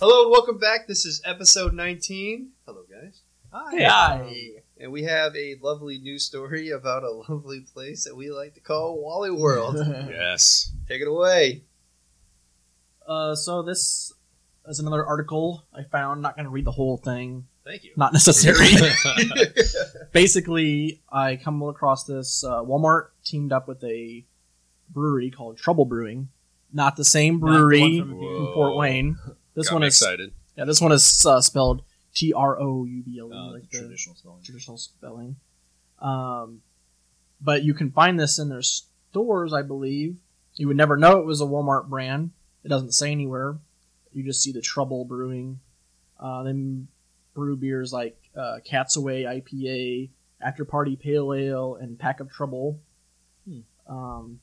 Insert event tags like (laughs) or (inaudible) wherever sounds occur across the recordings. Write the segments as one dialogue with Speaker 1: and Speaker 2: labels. Speaker 1: Hello and welcome back. This is episode 19. Hello, guys. Hi.
Speaker 2: Hey.
Speaker 1: And we have a lovely news story about a lovely place that we like to call Wally
Speaker 3: (laughs)
Speaker 1: World.
Speaker 4: Yes.
Speaker 1: Take it away.
Speaker 2: Uh, so this is another article I found. Not going to read the whole thing.
Speaker 1: Thank
Speaker 2: (laughs)
Speaker 1: you.
Speaker 2: Not necessary.
Speaker 1: That's
Speaker 2: Basically, I come across this. Uh, Walmart teamed up with a brewery called Trouble Brewing. Not the same
Speaker 3: Not the one
Speaker 2: brewery
Speaker 3: from-
Speaker 2: from Fort Wayne. This
Speaker 4: Got
Speaker 2: one
Speaker 4: me
Speaker 2: is
Speaker 4: excited.
Speaker 2: yeah. This one is uh, spelled T R O U B L E,
Speaker 1: Oh,
Speaker 3: Uh,
Speaker 2: like
Speaker 1: (laughs)
Speaker 3: the
Speaker 2: the
Speaker 3: traditional spelling.
Speaker 2: traditional spelling. Um, but you can find this in their stores, I believe. You would never know it was a Walmart brand. It doesn't say anywhere. You just see the Trouble Brewing. Uh, they brew beers like uh, Cat's Away IPA, After Party Pale Ale, and Pack of Trouble.
Speaker 3: Hmm.
Speaker 2: Um,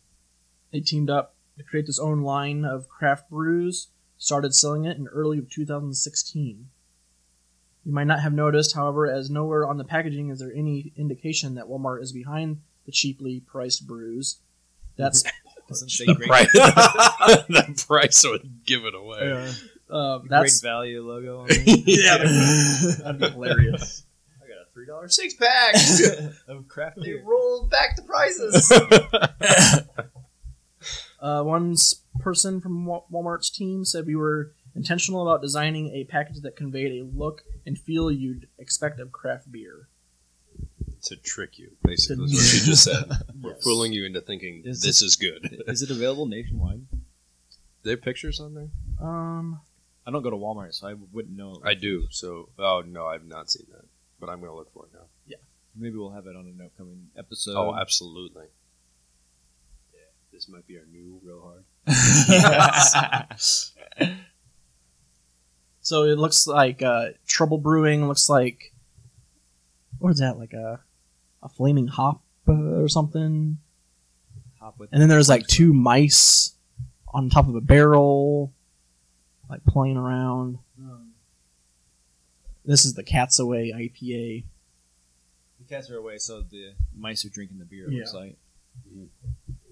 Speaker 2: they teamed up to create this own line of craft brews. Started selling it in early of 2016. You might not have noticed, however, as nowhere on the packaging is there any indication that Walmart is behind the cheaply priced brews. That's
Speaker 3: Doesn't say
Speaker 4: The (laughs)
Speaker 3: great,
Speaker 4: price, the price would give it away.
Speaker 2: uh, (laughs) uh,
Speaker 3: great
Speaker 2: that's
Speaker 3: value logo on
Speaker 4: Yeah.
Speaker 3: there.
Speaker 2: (laughs) that'd be hilarious.
Speaker 1: (laughs) I got a three dollar six pack.
Speaker 3: (laughs) of craft
Speaker 1: they
Speaker 3: beer.
Speaker 1: rolled back the
Speaker 3: (laughs)
Speaker 1: prizes.
Speaker 2: Uh, one s- person from Wa- Walmart's team said we were intentional about designing a package that conveyed a look and feel you'd expect of craft beer.
Speaker 4: (laughs) to trick you, basically, is what
Speaker 2: To-
Speaker 4: she just said. (laughs) We're
Speaker 2: Yes.
Speaker 4: fooling you into thinking
Speaker 3: Is
Speaker 4: this (laughs) is good.
Speaker 3: Is it available nationwide?
Speaker 4: They have pictures on there.
Speaker 2: Um,
Speaker 3: I don't go to Walmart, so I wouldn't know.
Speaker 4: I do. So, oh no, I've not seen that, but I'm gonna look for it now.
Speaker 3: Maybe we'll have it on an upcoming episode.
Speaker 4: oh, absolutely. Yeah, this might be our new real hard.
Speaker 2: (laughs) so it looks like uh, Trouble Brewing looks like what is that like a a flaming hop uh, or something?
Speaker 3: Hop with
Speaker 2: And then there's like two mice on top of a barrel, like playing around.
Speaker 3: Um,
Speaker 2: This is the Cats Away IPA.
Speaker 3: the cats are away, so the mice are drinking the beer. It
Speaker 2: Yeah.
Speaker 3: looks like.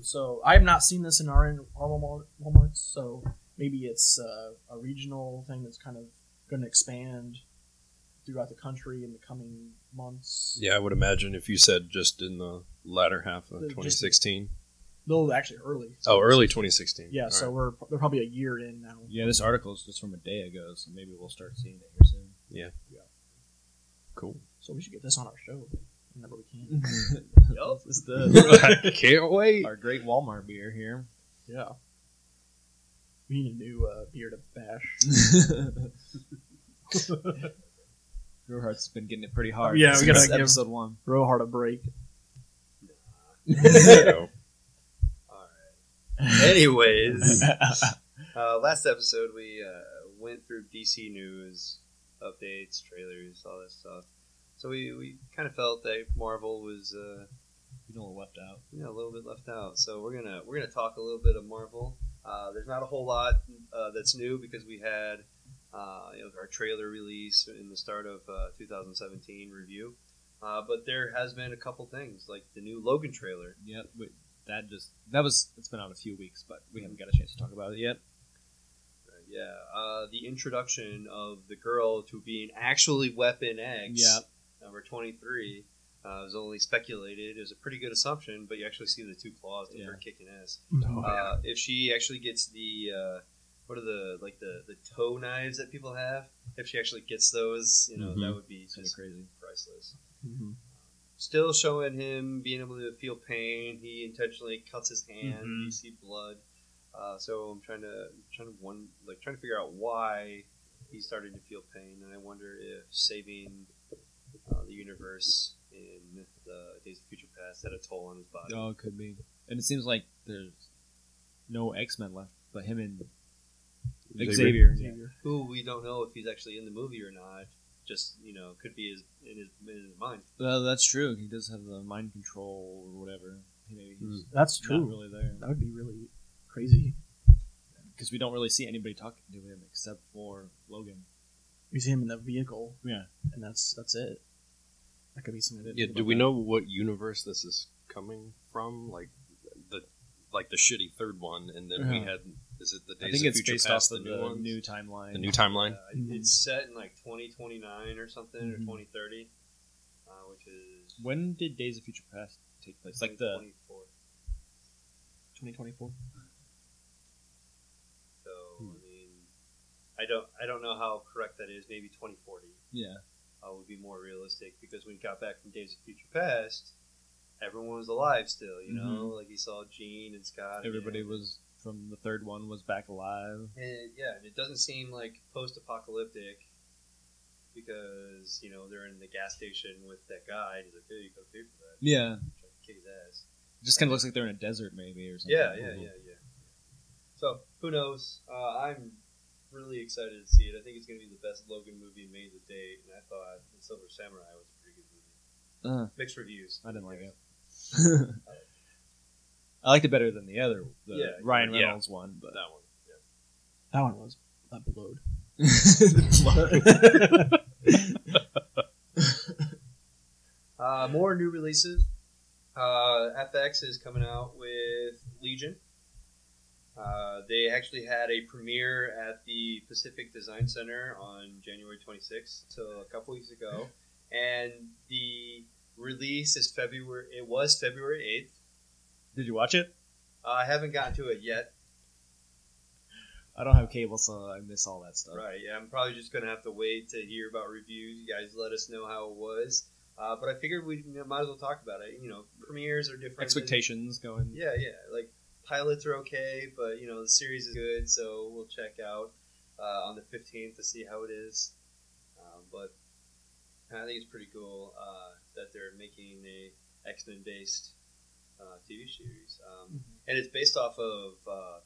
Speaker 2: So I have not seen this in our, our Walmart, Walmarts, so maybe it's uh, a regional thing that's kind of going to expand throughout the country in the coming months.
Speaker 4: Yeah, I would imagine if you said just in the latter half of
Speaker 2: Just-
Speaker 4: 2016.
Speaker 2: They'll actually early.
Speaker 4: Oh, early 2016.
Speaker 2: Yeah,
Speaker 4: All
Speaker 2: so
Speaker 4: right.
Speaker 2: we're they're probably a year in now.
Speaker 3: Yeah, this article is just from a day ago, so maybe we'll start seeing it here soon.
Speaker 4: cool. (laughs)
Speaker 2: So we should get this on our show whenever we can.
Speaker 4: Mm-hmm.
Speaker 3: Yup, this is the
Speaker 4: I can't wait.
Speaker 3: our great Walmart beer here.
Speaker 2: yeah. We need a new uh, beer to bash.
Speaker 3: Gerhard's been getting it pretty hard.
Speaker 2: Yeah, we
Speaker 3: since
Speaker 2: gotta give-
Speaker 3: episode one.
Speaker 2: Row hard a break.
Speaker 4: So,
Speaker 1: (laughs) Anyways, uh, last episode we uh, went through DC news updates, trailers, all that stuff. So we, we kind of felt that Marvel was uh,
Speaker 3: You know what left out.
Speaker 1: you know, a little bit left out. So we're gonna we're gonna talk a little bit of Marvel. Uh, there's not a whole lot uh, that's new because we had uh, you know, our trailer release in the start of uh, 2017 review. Uh, but there has been a couple things like the new Logan trailer.
Speaker 3: Yeah, but that just that was it's been out a few weeks, but we haven't got a chance to talk about it yet.
Speaker 1: Yeah, uh, the introduction of the girl to being actually Weapon X,
Speaker 3: Yeah.
Speaker 1: number 23, uh, was only speculated. It was a pretty good assumption, but you actually see the two claws of her kicking ass.
Speaker 2: Oh,
Speaker 1: Uh, if she actually gets the, uh, what are the, like the, the toe knives that people have, if she actually gets those, you know, that
Speaker 3: Mhm.
Speaker 1: would be
Speaker 3: It's gonna be
Speaker 1: just
Speaker 3: crazy.
Speaker 1: priceless.
Speaker 2: Mm-hmm.
Speaker 1: Still showing him being able to feel pain. He intentionally cuts his hand.
Speaker 3: Mhm.
Speaker 1: You see blood. Uh, so I'm trying to trying to one like trying to figure out why he's starting to feel pain, and I wonder if saving uh, the universe in the Days of Future Past had a toll on his body.
Speaker 3: Oh, it could be. And it seems like there's no X Men left, but him and
Speaker 4: Xavier.
Speaker 3: Xavier. Yeah.
Speaker 1: Who we don't know if he's actually in the movie or not. Just you know, could be his in his in his mind.
Speaker 3: Well, that's true. He does have the mind control or whatever. Maybe he's
Speaker 2: That's
Speaker 3: not
Speaker 2: true.
Speaker 3: really there
Speaker 2: That would be really crazy.
Speaker 3: because we don't really see anybody talking to him except for Logan.
Speaker 2: You see him in the vehicle,
Speaker 3: Yeah.
Speaker 2: and that's that's it. That could be something.
Speaker 4: yeah, do we know what universe this is coming from? Like the like the shitty third one, and then we
Speaker 3: Yeah.
Speaker 4: had
Speaker 1: Is it the
Speaker 3: Uh-huh. I
Speaker 1: Days
Speaker 3: think
Speaker 1: of
Speaker 3: it's
Speaker 1: Future
Speaker 3: based
Speaker 1: Past,
Speaker 3: off of
Speaker 1: the new
Speaker 3: the
Speaker 1: one?
Speaker 3: new timeline.
Speaker 4: The new timeline.
Speaker 1: Uh, It's set in like 2029 or something, or
Speaker 3: Mhm.
Speaker 1: 2030, uh, which is
Speaker 3: when did Days of Future Past take place? Like the
Speaker 1: 2024.
Speaker 3: 2024.
Speaker 1: So I mean, I don't I don't know how correct that is. Maybe 2040
Speaker 3: Yeah.
Speaker 1: uh, would be more realistic because when we got back from Days of Future Past, everyone was alive still. You know, like you saw Gene and Scott. again.
Speaker 3: Mm-hmm. Everybody was from the third one was back alive.
Speaker 1: And yeah, and it doesn't seem like post-apocalyptic because you know they're in the gas station with that guy. And he's like, "Hey, you gotta pay for that."
Speaker 3: Yeah.
Speaker 1: Trying to kick his ass.
Speaker 3: Just kind of looks like they're in a desert maybe or something.
Speaker 1: Yeah, yeah, yeah, yeah. So who knows? Uh, I'm really excited to see it. I think it's going to be the best Logan movie made to date, and I thought The Silver Samurai was a pretty good movie.
Speaker 3: Uh,
Speaker 1: Mixed reviews.
Speaker 3: I didn't like (laughs) it. I liked it better than the other, the
Speaker 1: Yeah,
Speaker 3: Ryan
Speaker 4: yeah.
Speaker 3: Reynolds one, but
Speaker 1: that one. Yeah.
Speaker 2: That one was that blowed.
Speaker 3: The
Speaker 1: Uh, more new releases. Uh, FX is coming out with Legion. Uh, they actually had a premiere at the Pacific Design Center on January 26th, so a couple weeks ago. And the release is February. It was February 8th.
Speaker 3: (laughs) Did you watch it?
Speaker 1: Uh, I haven't gotten to it yet.
Speaker 3: I don't have cable, so I miss all that stuff.
Speaker 1: Right. Yeah, I'm probably just gonna have to wait to hear about reviews. You guys let us know how it was. Uh, but I figured we might as well talk about it. You know, premieres are different. than-
Speaker 3: Expectations going.
Speaker 1: Yeah, yeah. Like pilots are okay, but you know the series is good, so we'll check out uh, on the fifteenth to see how it is. Um, but I think it's pretty cool uh, that they're making a X Men based uh, TV series, um, and it's based off of uh,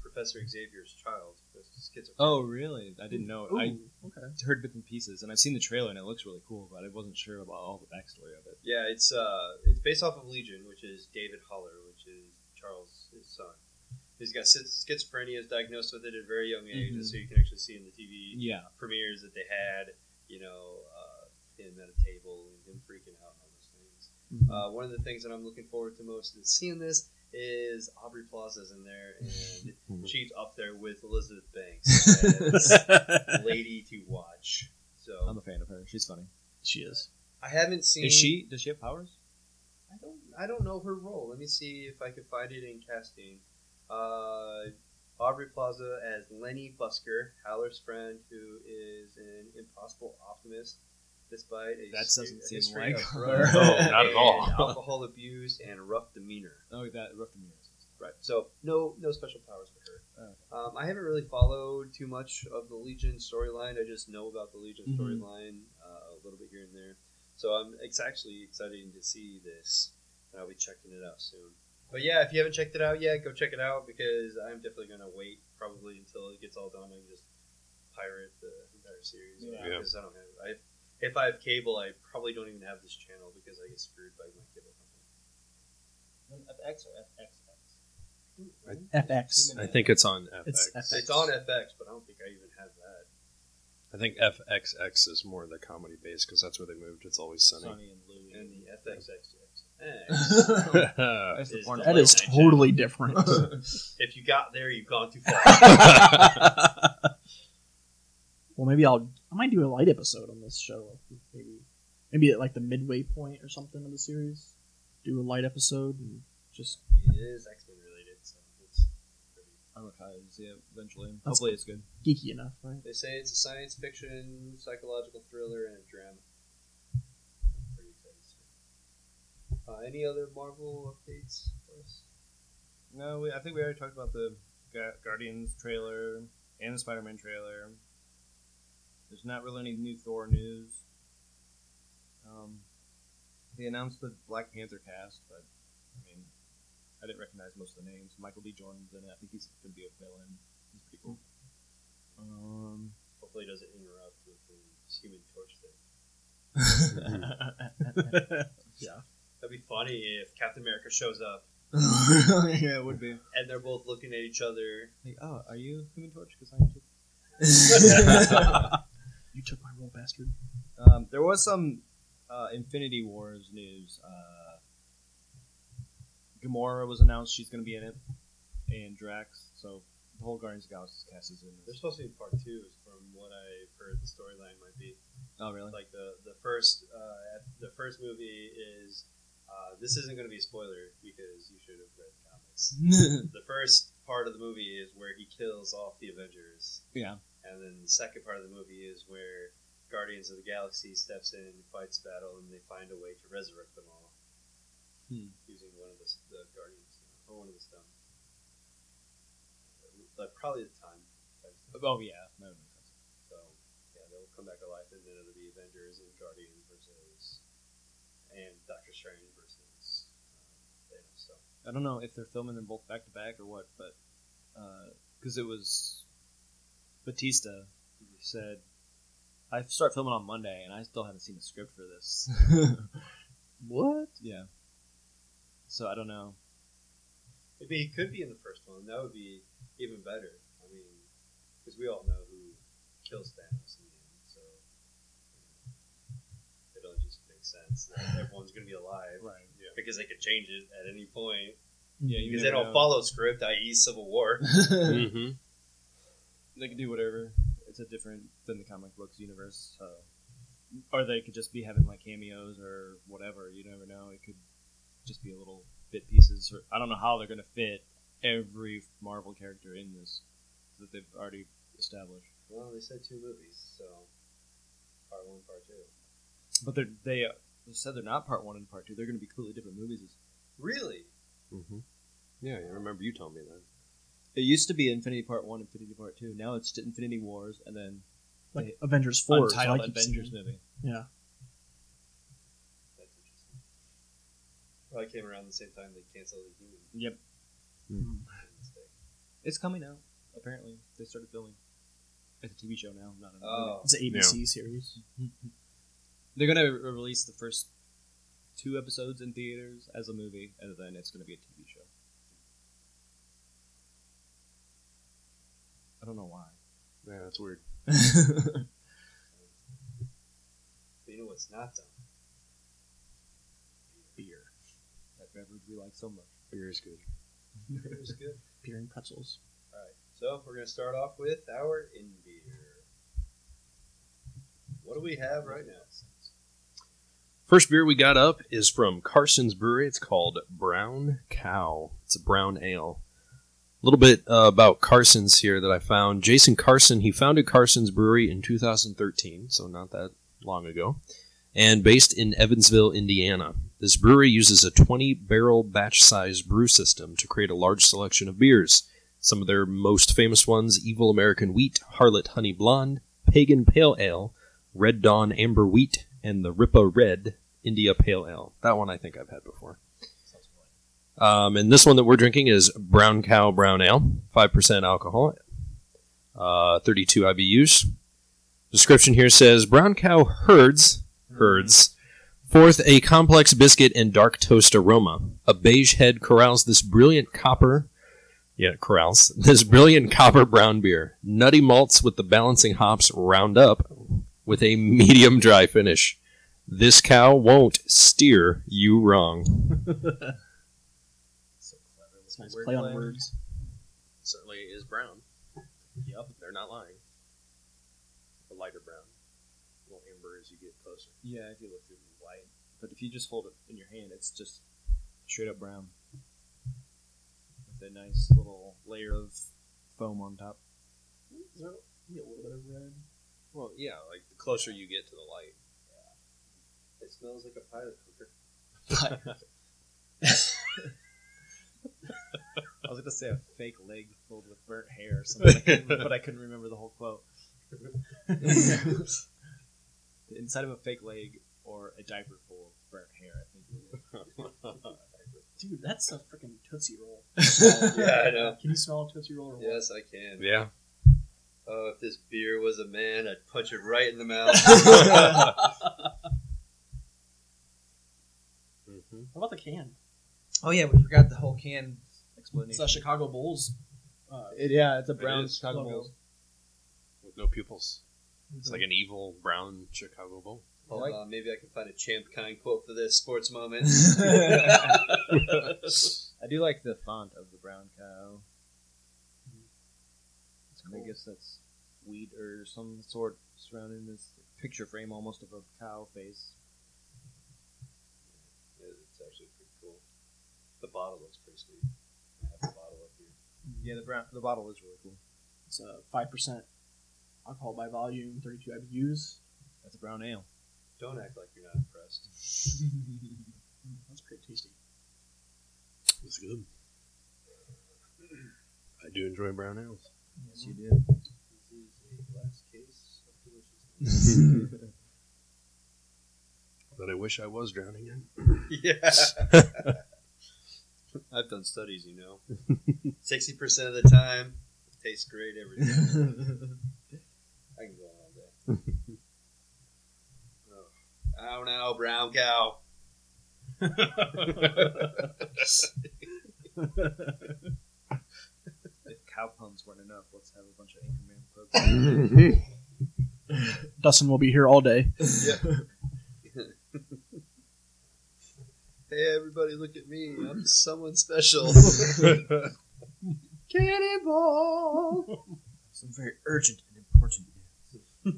Speaker 1: Professor Xavier's child, who's schizophrenic.
Speaker 3: Oh, really? I didn't know. I
Speaker 2: okay.
Speaker 3: heard bits and pieces, and I've seen the trailer, and it looks really cool, but I wasn't sure about all the backstory of it.
Speaker 1: Yeah, it's uh, it's based off of Legion, which is David Holler, which is Charles' his son. He's got schiz- schizophrenia, is diagnosed with it at a very young age,
Speaker 3: Mhm.
Speaker 1: so you can actually see in the TV
Speaker 3: Yeah.
Speaker 1: premieres that they had, you know, uh, him at a table and him freaking out and all those things.
Speaker 3: Mm-hmm.
Speaker 1: Uh, one of the things that I'm looking forward to most in seeing this is Aubrey Plaza's in there,
Speaker 3: Mm-hmm.
Speaker 1: and she's up there with Elizabeth Banks, as
Speaker 3: (laughs)
Speaker 1: lady to watch.
Speaker 3: I'm
Speaker 1: So
Speaker 3: a fan of her. She's funny.
Speaker 2: she is.
Speaker 1: I haven't seen.
Speaker 3: Is she? Does she have powers?
Speaker 1: I don't I don't know her role. Let me see if I can find it in casting. Uh, Aubrey Plaza as Lenny Busker, Haller's friend, who is an impossible optimist, despite a
Speaker 3: That doesn't
Speaker 1: his-
Speaker 3: seem
Speaker 1: history
Speaker 3: like
Speaker 1: of
Speaker 3: her.
Speaker 4: (laughs)
Speaker 1: drugs
Speaker 4: No, not at
Speaker 1: and
Speaker 4: all.
Speaker 1: alcohol abuse and rough demeanor.
Speaker 3: Oh, that rough mirrors.
Speaker 1: Right. So no no special powers for her.
Speaker 3: Okay.
Speaker 1: Um, I haven't really followed too much of the Legion storyline. I just know about the Legion
Speaker 3: Mhm.
Speaker 1: storyline uh, a little bit here and there. So I'm it's actually exciting to see this, and I'll be checking it out soon. But yeah, if you haven't checked it out yet, go check it out because I'm definitely gonna wait probably until it gets all done and just pirate the entire series
Speaker 3: Yeah.
Speaker 4: Yeah.
Speaker 1: because I don't have I. If I have cable, I probably don't even have this channel because I get screwed by my cable company.
Speaker 3: FX or FXX?
Speaker 2: FX.
Speaker 4: I think it's on FX.
Speaker 2: It's FX.
Speaker 1: It's on FX, but I don't think I even have that.
Speaker 4: I think FXX is more the comedy base because that's where they moved. It's always sunny.
Speaker 3: Sonny and Louie.
Speaker 1: and the (laughs) FXXX.
Speaker 3: That's
Speaker 4: (laughs)
Speaker 3: (laughs) the
Speaker 1: Is
Speaker 3: porn
Speaker 1: that
Speaker 2: That
Speaker 3: one.
Speaker 2: is totally different.
Speaker 1: if you got there, you've gone too
Speaker 2: (laughs)
Speaker 1: far.
Speaker 2: well, maybe I'll. I might do a light episode on this show. Maybe, maybe at like the midway point or something of the series. Do a light episode and just
Speaker 1: it is X Men related, so it's pretty.
Speaker 3: I'm a cause, yeah, eventually.
Speaker 2: That's
Speaker 3: Hopefully it's good.
Speaker 2: geeky enough, right?
Speaker 1: They say it's a science fiction, psychological thriller, and a drama. Pretty excited. to see. Uh, any other Marvel updates for us?
Speaker 3: No, we, I think we already talked about the Ga- Guardians trailer and the Spider-Man trailer. There's not really any new Thor news. Um, they announced the Black Panther cast, but I mean, I didn't recognize most of the names. Michael B. Jordan's in it. I think he's going to be a villain. He's pretty cool. Um, (laughs)
Speaker 1: Hopefully, it doesn't interrupt with the Human Torch thing. That'd be funny if Captain America shows up
Speaker 3: yeah, it would be.
Speaker 1: and they're both looking at each (laughs)
Speaker 2: (laughs)
Speaker 1: other.
Speaker 3: Like, oh, are you Human Torch? Because I'm (laughs)
Speaker 2: You took my role, bastard.
Speaker 3: Um, there was some uh, Infinity Wars news. Uh, Gamora was announced; she's going to be in it, and Drax. So the whole Guardians of the Galaxy cast is in
Speaker 1: There's
Speaker 3: this.
Speaker 1: supposed to be part two, is from what I've heard. The storyline might be
Speaker 3: Oh, really?
Speaker 1: like the the first uh, ep- the first movie is. Uh, this isn't going to be a spoiler because you should have read the comics.
Speaker 3: (laughs)
Speaker 1: The first part of the movie is where he kills off the Avengers,
Speaker 3: yeah.
Speaker 1: and then the second part of the movie is where Guardians of the Galaxy steps in, fights battle, and they find a way to resurrect them all
Speaker 3: Hmm.
Speaker 1: using one of the, s- the Guardians or one of the stones. Like probably the time.
Speaker 3: Oh, yeah. That would make sense.
Speaker 1: So yeah, they'll come back alive, and then it'll be Avengers and Guardians versus and Doctor Strange versus um, Thanos. So
Speaker 3: I don't know if they're filming them both back to back or what, but because it was Batista who said, "I start filming on Monday, and I still haven't seen a script for
Speaker 1: (laughs)
Speaker 3: this." (laughs) what? Yeah. So I don't know.
Speaker 1: maybe he could be in the first one. That would be even better. I mean, because we all know who kills Thanos in the end, so it'll just make sense that everyone's going to be alive
Speaker 3: Right. Yeah.
Speaker 1: because they could change it at any point
Speaker 3: Yeah. You
Speaker 1: because they
Speaker 3: never
Speaker 1: don't
Speaker 3: know.
Speaker 1: follow script, i.e., Civil
Speaker 3: (laughs)
Speaker 1: War.
Speaker 5: Mm-hmm.
Speaker 3: they can do whatever. It's a different than the comic books universe, so or they could just be having like cameos or whatever. You never know. It could just be a little bit pieces. Or, I don't know how they're gonna fit every Marvel character in this that they've already established.
Speaker 1: Well, they said two movies, so part one, part two.
Speaker 3: But they're, they uh, they said they're not part one and part two. They're gonna be completely different movies.
Speaker 1: Really?
Speaker 5: Mm-hmm. Yeah, I remember you told me that.
Speaker 3: It used to be Infinity Part One, Infinity Part Two. Now it's just Infinity Wars and then
Speaker 2: Like Avengers Four, is what I
Speaker 3: Untitled
Speaker 2: keep
Speaker 3: Avengers
Speaker 2: saying.
Speaker 3: movie.
Speaker 2: Yeah,
Speaker 1: That's interesting. Probably came around the same time they canceled the human.
Speaker 3: Yep,
Speaker 1: Mistake.
Speaker 3: it's coming out. Apparently, they started filming. It's a TV show now, not a movie.
Speaker 1: Oh,
Speaker 2: it's an ABC series.
Speaker 3: Oh. (laughs) They're gonna re- release the first two episodes in theaters as a movie, and then it's gonna be a TV show. I don't know why.
Speaker 5: Yeah, that's weird.
Speaker 1: but you know what's not done?
Speaker 3: Beer, that beverage we like so much.
Speaker 5: Beer is good.
Speaker 1: It was good.
Speaker 2: Beer and pretzels.
Speaker 1: All right, so we're gonna start off with our in beer. What do we have right now?
Speaker 5: First beer we got up is from Carson's Brewery. It's called Brown Cow. It's a brown ale. A little bit uh, about Carson's here that I found. Jason Carson, he founded Carson's Brewery in 2013, so not that long ago, and based in Evansville, Indiana. This brewery uses a 20 barrel batch size brew system to create a large selection of beers. Some of their most famous ones Evil American Wheat, Harlot Honey Blonde, Pagan Pale Ale, Red Dawn Amber Wheat, and the Ripa Red India Pale Ale. That one I think I've had before. Um, and this one that we're drinking is Brown Cow Brown Ale, 5% alcohol, uh, 32 IBUs. Description here says Brown Cow herds, herds, forth a complex biscuit and dark toast aroma. A beige head corrals this brilliant copper, yeah, corrals, (laughs) this brilliant copper brown beer. Nutty malts with the balancing hops round up with a medium dry finish. This cow won't steer you wrong.
Speaker 3: So clever.
Speaker 2: It's nice play on words.
Speaker 5: Certainly is brown. Yep, they're not lying. A lighter brown. A little amber as you get closer.
Speaker 3: Yeah, if you look through the light. But if you just hold it in your hand, it's just straight up brown. With a nice little layer of foam on top.
Speaker 1: a little bit of red.
Speaker 5: Well, yeah, like the closer you get to the light.
Speaker 1: It smells like a pilot cooker. (laughs)
Speaker 3: (laughs) I was going to say a fake leg filled with burnt hair or something, but I couldn't remember the whole
Speaker 1: (laughs)
Speaker 3: quote. the inside of a fake leg or a diaper full of burnt hair, I think. it is.
Speaker 2: Dude, that's a freaking tootsie roll.
Speaker 1: yeah, I know.
Speaker 2: Can you smell a tootsie roll? Or what?
Speaker 1: Yes, I can.
Speaker 5: (laughs) Yeah.
Speaker 1: Oh, if this beer was a man, I'd punch it right in the (laughs) mouth.
Speaker 5: Mm-hmm.
Speaker 2: What about the can?
Speaker 3: Oh, yeah, we forgot the whole can
Speaker 2: It's
Speaker 3: explanation.
Speaker 2: a Chicago Bulls. Uh,
Speaker 3: It- yeah, it's a brown
Speaker 5: is.
Speaker 3: Chicago
Speaker 2: Logo.
Speaker 3: Bulls.
Speaker 5: With no pupils. It's like an evil brown Chicago bull.
Speaker 1: Hold
Speaker 3: Like-
Speaker 1: on, maybe I can find a champ kind quote for this sports moment. (laughs)
Speaker 3: (laughs) I do like the font of the brown cow. I guess that's wheat or some sort surrounding this picture frame almost of a cow face.
Speaker 1: It- It's actually pretty cool. The bottle looks pretty sweet. I have the bottle up here.
Speaker 3: Yeah, the brown, the bottle is really cool.
Speaker 2: It's a five percent alcohol by volume, thirty-two IBUs.
Speaker 3: That's a brown ale.
Speaker 1: Don't act like you're not impressed.
Speaker 2: (laughs) That's pretty tasty.
Speaker 5: It's good. I do enjoy brown ales. (laughs)
Speaker 3: Yes, you did.
Speaker 1: This is a glass case of deliciousness.
Speaker 5: But I wish I was drowning in.
Speaker 1: (laughs) Yeah. I've done studies, you
Speaker 3: (laughs)
Speaker 1: know. 60% of the time, it tastes great every time. (laughs) I can go on all day. oh. I don't know, brown cow.
Speaker 3: If cow puns weren't enough, let's have a bunch of Anchorman puns.
Speaker 5: (laughs)
Speaker 2: Dustin will be here all day.
Speaker 1: Hey, everybody, look at me. I'm someone special. (laughs)
Speaker 3: (laughs)
Speaker 2: Cannonball.
Speaker 3: Some very urgent and important news.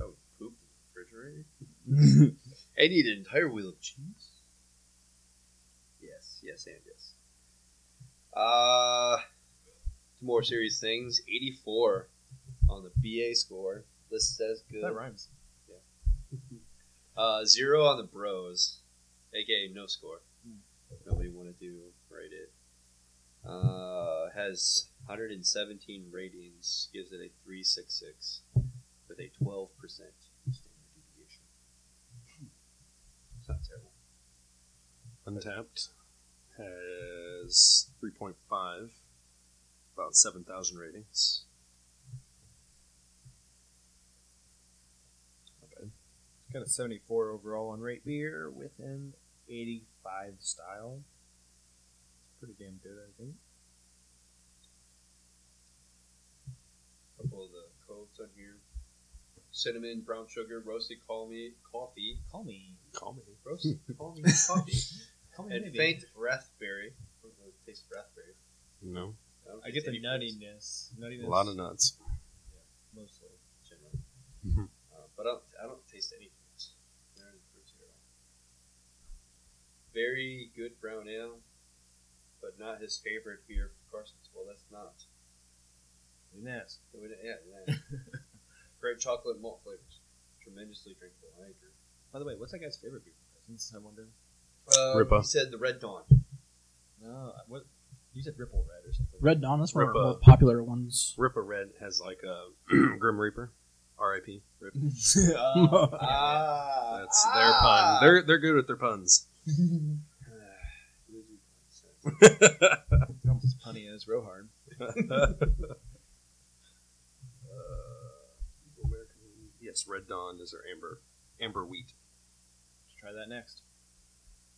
Speaker 1: oh, poop refrigerator? I need an entire wheel of cheese. Yes, yes, and yes. Uh, to more serious things. 84 on the BA score. List says good.
Speaker 3: That rhymes.
Speaker 1: Uh, zero on the Bros, aka no score.
Speaker 3: Hmm.
Speaker 1: Nobody wanted to rate it. Uh, has 117 ratings, gives it a 366 with a 12% standard deviation. It's not terrible.
Speaker 5: Untapped has 3.5, about 7,000 ratings.
Speaker 3: Got a 74 overall on rate beer with an 85 style. It's pretty damn good, I think.
Speaker 1: couple of the codes on here. Cinnamon, brown sugar, roasted call me coffee,
Speaker 3: Call me.
Speaker 5: Call me.
Speaker 3: (laughs)
Speaker 1: roasted call me coffee,
Speaker 3: Call me
Speaker 1: and
Speaker 3: maybe.
Speaker 1: faint raspberry. What does it taste of raspberry?
Speaker 5: No.
Speaker 1: don't
Speaker 3: I get the
Speaker 1: taste any fruits
Speaker 3: nuttiness. Nuttiness.
Speaker 5: A lot of nuts.
Speaker 3: Mostly.
Speaker 1: generally.
Speaker 5: Mhm.
Speaker 1: Uh, but I don't, I don't taste any fruits. There are any fruits here at all. Very good brown ale, but not his favorite beer for Carson's. Well, that's not.
Speaker 3: Didn't ask.
Speaker 1: It would- yeah,
Speaker 5: (laughs)
Speaker 1: yeah. Great chocolate malt flavors. Tremendously drinkable. I agree.
Speaker 3: By the way, what's that guy's favorite beer from Cousins, I wonder?
Speaker 1: Um,
Speaker 5: Ripa.
Speaker 1: He said the Red Dawn.
Speaker 3: No, I- what? You said Ripple Red or something.
Speaker 2: Red Dawn. That's one of the
Speaker 5: Rippa.
Speaker 2: more popular
Speaker 3: (laughs)
Speaker 2: ones.
Speaker 5: Ripper Red has like a (clears throat) Grim Reaper, R.I.P. Rip.
Speaker 3: Uh,
Speaker 1: Ah,
Speaker 5: That's their pun.
Speaker 1: (sighs)
Speaker 5: They're they're good with their puns.
Speaker 1: They're
Speaker 3: almost as punny as Rohard.
Speaker 5: Uh, Yes, Red Dawn is their amber amber wheat.
Speaker 3: Should try that next.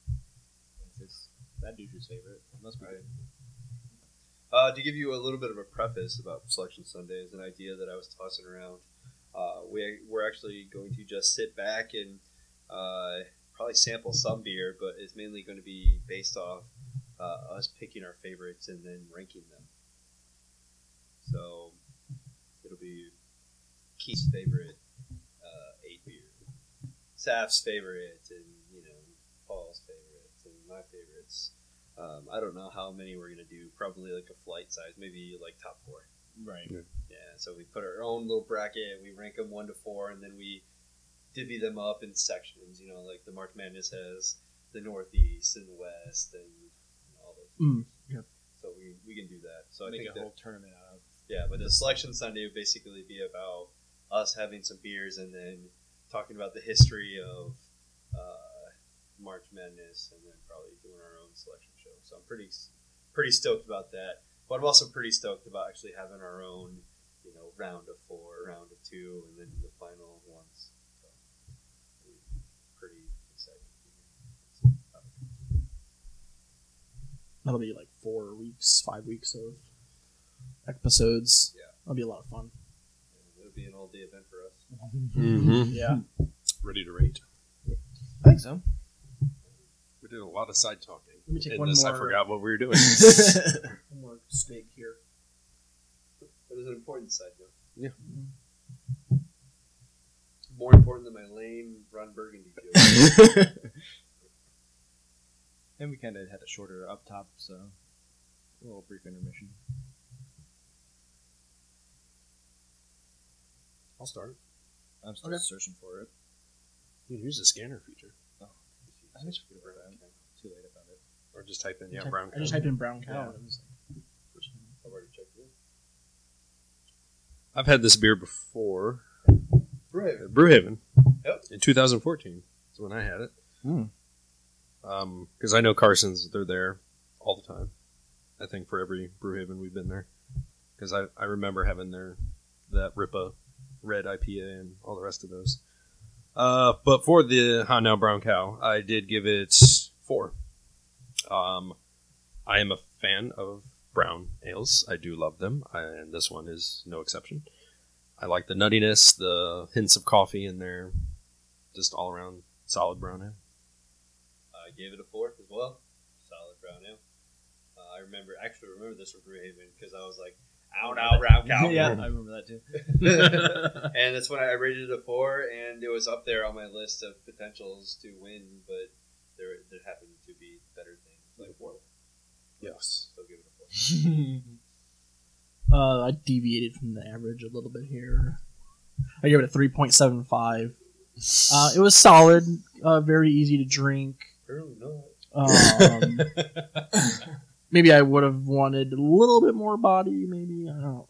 Speaker 3: If it's that douche's favorite, it must be good.
Speaker 1: uh, to give you a little bit of a preface about Selection Sunday is an idea that I was tossing around. Uh, we we're actually going to just sit back and uh, probably sample some beer, but it's mainly going to be based off uh, us picking our favorites and then ranking them. So it'll be Keith's favorite uh, eight beer, Saf's favorite, and you know Paul's favorites and my favorites. Um, I don't know how many we're gonna do. Probably like a flight size, maybe like top four.
Speaker 3: Right.
Speaker 1: Yeah, so we put our own little bracket. We rank them one to four, and then we divvy them up in sections. You know, like the March Madness has the Northeast and the West and all those.
Speaker 2: Mm,
Speaker 1: things. So we, we can do that. So I
Speaker 3: Make
Speaker 1: think
Speaker 3: a
Speaker 1: that,
Speaker 3: whole tournament out of
Speaker 1: yeah, but the selection Sunday would basically be about us having some beers and then talking about the history of uh, March Madness and then probably doing our own selection show. So I'm pretty pretty stoked about that. But I'm also pretty stoked about actually having our own, you know, round of four, round of two, and then the final ones. So pretty excited. to be here.
Speaker 2: that'll be like four weeks, five weeks of episodes.
Speaker 1: Yeah.
Speaker 2: that'll be a lot of
Speaker 3: (laughs)
Speaker 2: fun.
Speaker 1: It'll be an all day event for us.
Speaker 5: Mm-hmm.
Speaker 2: Yeah,
Speaker 5: Ready to rate.
Speaker 3: I think so.
Speaker 5: We did a lot of side talking.
Speaker 2: Let me take
Speaker 5: In
Speaker 2: one
Speaker 5: this, I
Speaker 2: more- (laughs)
Speaker 5: forgot what we were doing.
Speaker 2: one more dollar steak here.
Speaker 1: But it's an important side note.
Speaker 5: Yeah.
Speaker 1: More important than my lame Ron Burgundy joke.
Speaker 5: (laughs)
Speaker 3: And we kind of had a shorter up top, so a little brief intermission.
Speaker 5: I'll start.
Speaker 3: I'm still
Speaker 2: Okay.
Speaker 3: searching for it.
Speaker 5: You can use the scanner feature,
Speaker 3: I think it's Too late about it.
Speaker 5: or just type in yeah
Speaker 2: Type-
Speaker 5: brown.
Speaker 2: I just
Speaker 5: cow.
Speaker 2: typed in brown cow.
Speaker 3: Yeah.
Speaker 2: And it was like,
Speaker 1: I've already checked it.
Speaker 5: I've had this beer before.
Speaker 1: Right.
Speaker 5: at Brewhaven
Speaker 1: Yep.
Speaker 5: in 2014. Is when I had it.
Speaker 3: Hmm.
Speaker 5: Um, because I know Carson's, they're there all the time. I think for every Brewhaven we've been there, because I, I remember having their that Ripa Red IPA and all the rest of those. Uh, but for the Hot Now Brown Cow, I did give it four. Um, I am a fan of brown ales. I do love them, and this one is no exception. I like the nuttiness, the hints of coffee in there. Just all around solid brown ale.
Speaker 1: I gave it a four as well. Solid brown ale. Uh, I remember, actually remember this from Brewhaven because I was like, out, out, brown cow.
Speaker 3: (laughs) yeah, I remember that too.
Speaker 1: (laughs) and that's when I rated it a four, and it was up there on my list of potentials to win, but there, there happened to be better things like Warlock.
Speaker 5: Yes.
Speaker 1: So give it a four.
Speaker 2: (laughs) uh, I deviated from the average a little bit here. I gave it a three point seven five. Uh, it was solid, uh, very easy to drink.
Speaker 1: Apparently not.
Speaker 5: (laughs)
Speaker 2: Um, maybe I would have wanted a little bit more body. Maybe I don't. know.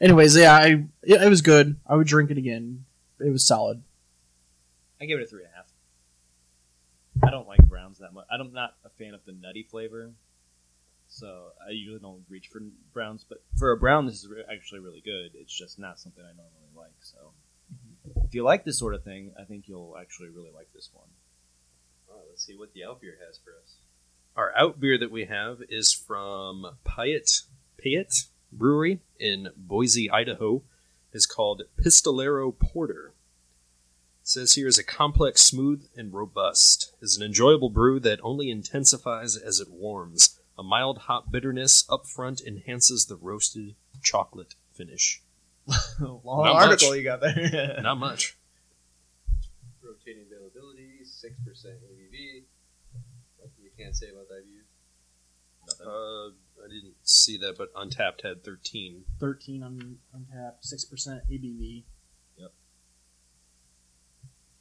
Speaker 2: Anyways, yeah, I it, it was good. I would drink it again. It was solid.
Speaker 3: I gave it a three and a half. I don't like browns that much. I'm not a fan of the nutty flavor, so I usually don't reach for browns. But for a brown, this is re- actually really good. It's just not something I normally like. So if you like this sort of thing, I think you'll actually really like this one.
Speaker 1: All right, let's see what the Alpier has for us.
Speaker 5: Our out beer that we have is from Pyatt Pyatt Brewery in Boise, Idaho. It's called Pistolero Porter. It says here is a complex, smooth, and robust. Is an enjoyable brew that only intensifies as it warms. A mild hop bitterness up front enhances the roasted chocolate finish.
Speaker 3: Long
Speaker 5: Not article
Speaker 3: you got there. (laughs)
Speaker 5: Not much.
Speaker 1: Rotating availability, six percent ABV. What you can't say about that view.
Speaker 5: Uh, I didn't see that, but Untapped had 13.
Speaker 2: Thirteen on untapped, six percent ABV.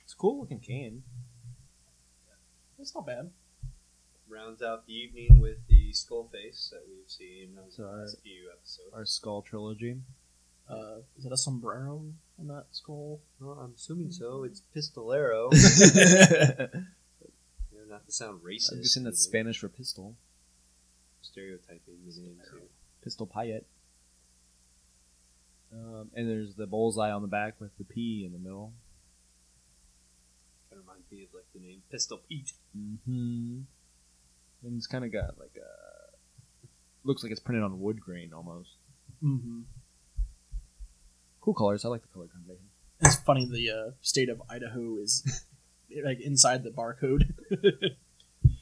Speaker 3: it's a cool looking can.
Speaker 2: That's not bad.
Speaker 1: Rounds out the evening with the skull face that we've seen on the
Speaker 3: So our-
Speaker 1: last few episodes.
Speaker 3: Our skull trilogy.
Speaker 2: Uh, is that a sombrero on that skull?
Speaker 1: Well, I'm assuming so. It's (laughs) pistolero.
Speaker 3: I'm
Speaker 1: you know, not to sound racist.
Speaker 3: guessing that's
Speaker 1: you know,
Speaker 3: Spanish for pistol.
Speaker 1: Stereotyping the name too.
Speaker 3: Pistol Payette. Um, and there's the bullseye on the back with the P in the middle.
Speaker 1: Kind of reminds me of like the name Pistol Pete.
Speaker 3: Mm-hmm. And it's kind of got like a looks like it's printed on wood grain almost.
Speaker 2: Mm-hmm.
Speaker 3: Cool colors. I like the color combination.
Speaker 2: It's funny. The uh, state of Idaho is (laughs) like inside the barcode.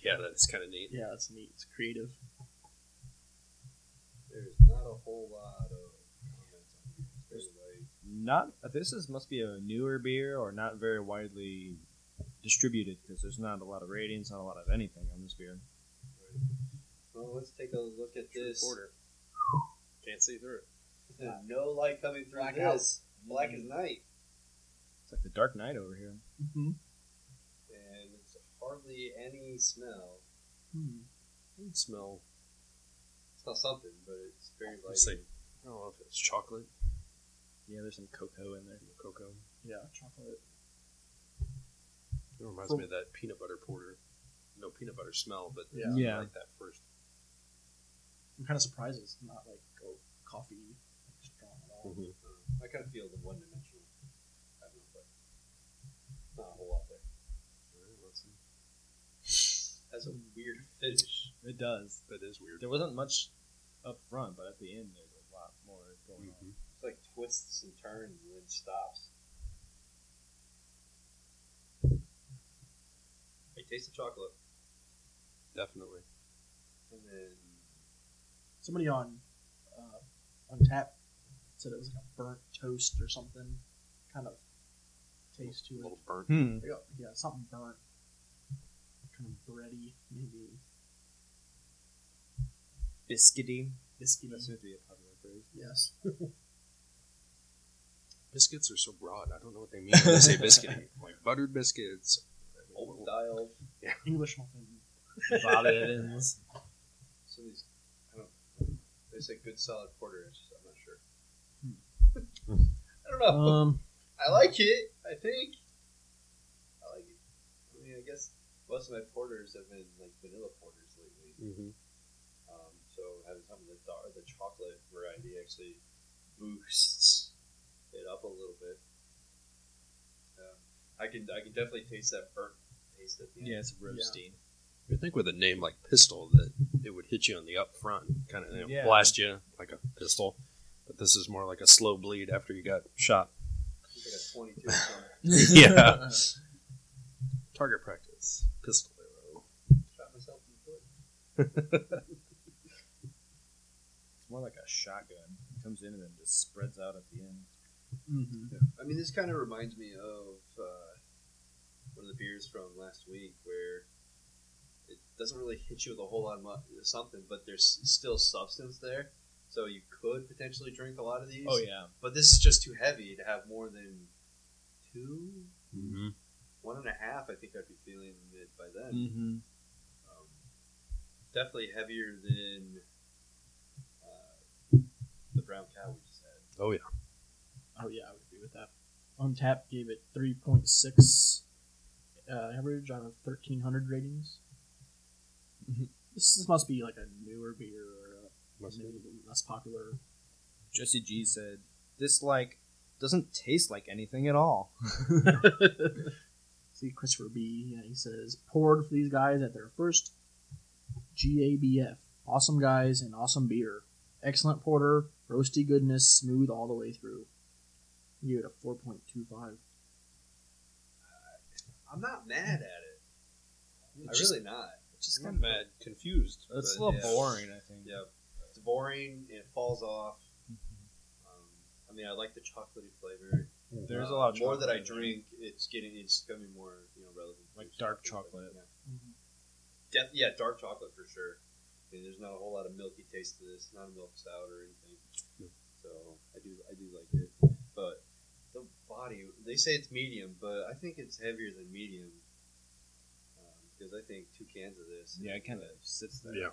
Speaker 5: Yeah, that's kind of neat.
Speaker 2: yeah, it's neat. It's creative.
Speaker 1: There's not a whole lot of comments on here. There's like
Speaker 3: Not this is must be a newer beer or not very widely distributed because there's not a lot of ratings, not a lot of anything on this beer.
Speaker 1: Well, let's take a look at this.
Speaker 5: recorder. Can't see through it.
Speaker 1: There's no light coming through
Speaker 2: Black
Speaker 1: this. Black as night.
Speaker 3: It's like the Dark Knight over here.
Speaker 2: Mm-hmm.
Speaker 1: And it's hardly any smell.
Speaker 2: Hmm.
Speaker 5: smell.
Speaker 1: It's not something, but it's very light.
Speaker 5: It's like, I don't know if it's chocolate,
Speaker 3: Yeah, there's some cocoa in there.
Speaker 5: cocoa.
Speaker 2: Yeah, chocolate.
Speaker 5: It reminds
Speaker 2: Cool.
Speaker 5: me of that peanut butter porter. No peanut butter smell, but
Speaker 2: Yeah.
Speaker 3: Yeah.
Speaker 5: I like that first.
Speaker 2: I'm kind of surprised it's not like go coffee strong at all.
Speaker 5: Mm-hmm,
Speaker 1: Uh, I kind of feel the one dimensional. I don't know, but not a whole lot there. That's a weird finish.
Speaker 3: It does.
Speaker 5: That is weird.
Speaker 3: There wasn't much up front, but at the end there's a lot more going
Speaker 5: mm-hmm.
Speaker 3: on.
Speaker 1: It's like twists and turns and then stops. I taste the chocolate
Speaker 5: Definitely.
Speaker 1: and then
Speaker 2: somebody on uh, on tap said it was like a burnt toast or something, kind of taste to
Speaker 5: A
Speaker 2: it.
Speaker 5: little burnt.
Speaker 3: Hmm.
Speaker 2: Yeah, yeah, something burnt, kind of bready, maybe
Speaker 6: Biscuity.
Speaker 2: biscuity.
Speaker 1: That seems to be a popular phrase.
Speaker 2: Yes.
Speaker 5: (laughs) Biscuits are so broad. I don't know what they mean when they say biscuit. (laughs) like buttered biscuits.
Speaker 1: Old style.
Speaker 2: English muffin.
Speaker 6: Bob
Speaker 5: (laughs)
Speaker 2: (laughs)
Speaker 6: Evans.
Speaker 1: Some of these, I don't. They say good solid porter. It's just- I'm not sure.
Speaker 6: Hmm.
Speaker 1: (laughs) I don't know.
Speaker 2: Um,
Speaker 1: I like it. I think. I like it. I mean, I guess most of my porters have been like vanilla porters lately.
Speaker 5: Mm-hmm.
Speaker 1: Um, so having something the dark, the chocolate variety actually boosts it up a little bit. Yeah. I can I can definitely taste that burnt taste at the end.
Speaker 6: Yeah, it's roasting.
Speaker 5: You'd think with a name like Pistol that it would hit you on the up front, kind of you know,
Speaker 3: Yeah.
Speaker 5: blast you like a pistol. But this is more like a slow bleed after you got shot.
Speaker 1: It's like a 22 or something.
Speaker 6: (laughs)
Speaker 5: yeah. Target practice. Pistol arrow.
Speaker 1: Shot myself in the foot.
Speaker 3: It's more like a shotgun. It comes in and then just spreads out at the end.
Speaker 2: mhm.
Speaker 1: I mean, this kind of reminds me of uh, one of the beers from last week where it doesn't really hit you with a whole lot of mu- something, but there's still substance there. So you could potentially drink a lot of these.
Speaker 3: Oh yeah.
Speaker 1: But this is just too heavy to have more than two,
Speaker 5: Mm-hmm.
Speaker 1: one and a half. I think I'd be feeling it by then.
Speaker 3: Mm-hmm.
Speaker 1: Um, definitely heavier than uh, the brown cow we just had.
Speaker 5: Oh, yeah.
Speaker 2: Oh yeah, I would agree with that. On tap gave it three point six uh, average out of thirteen hundred ratings. This, this must be like a newer beer or uh,
Speaker 5: Mm-hmm. Must be.
Speaker 2: maybe less popular.
Speaker 3: Jesse G said, "This like doesn't taste like anything at all." (laughs)
Speaker 2: See Christopher B. Yeah, he says poured for these guys at their first GABF. Awesome guys and awesome beer. Excellent porter, roasty goodness, smooth all the way through. He gave it a four point two five.
Speaker 1: I'm not mad at it. I'm
Speaker 6: just-
Speaker 1: really not.
Speaker 6: Just
Speaker 5: I'm mad, confused.
Speaker 3: It's a
Speaker 5: but-
Speaker 3: little
Speaker 1: yeah.
Speaker 3: boring, I think.
Speaker 1: Yep. It's boring. It falls off.
Speaker 3: Mm-hmm.
Speaker 1: Um, I mean, I like the chocolatey flavor.
Speaker 3: There's
Speaker 1: Uh,
Speaker 3: a lot of
Speaker 1: more that I
Speaker 3: chocolate in there.
Speaker 1: drink. It's getting it's becoming more you know relevant. to
Speaker 3: Like
Speaker 1: the
Speaker 3: dark chocolate.
Speaker 1: Yeah. Def- yeah, dark chocolate for sure. I mean, there's not a whole lot of milky taste to this. Not a milk stout or anything. So I do I do like it, but the body they say it's medium, but I think it's heavier than medium. Um, Because I think two cans of this.
Speaker 3: Yeah, it kind of sits there.
Speaker 5: Yeah.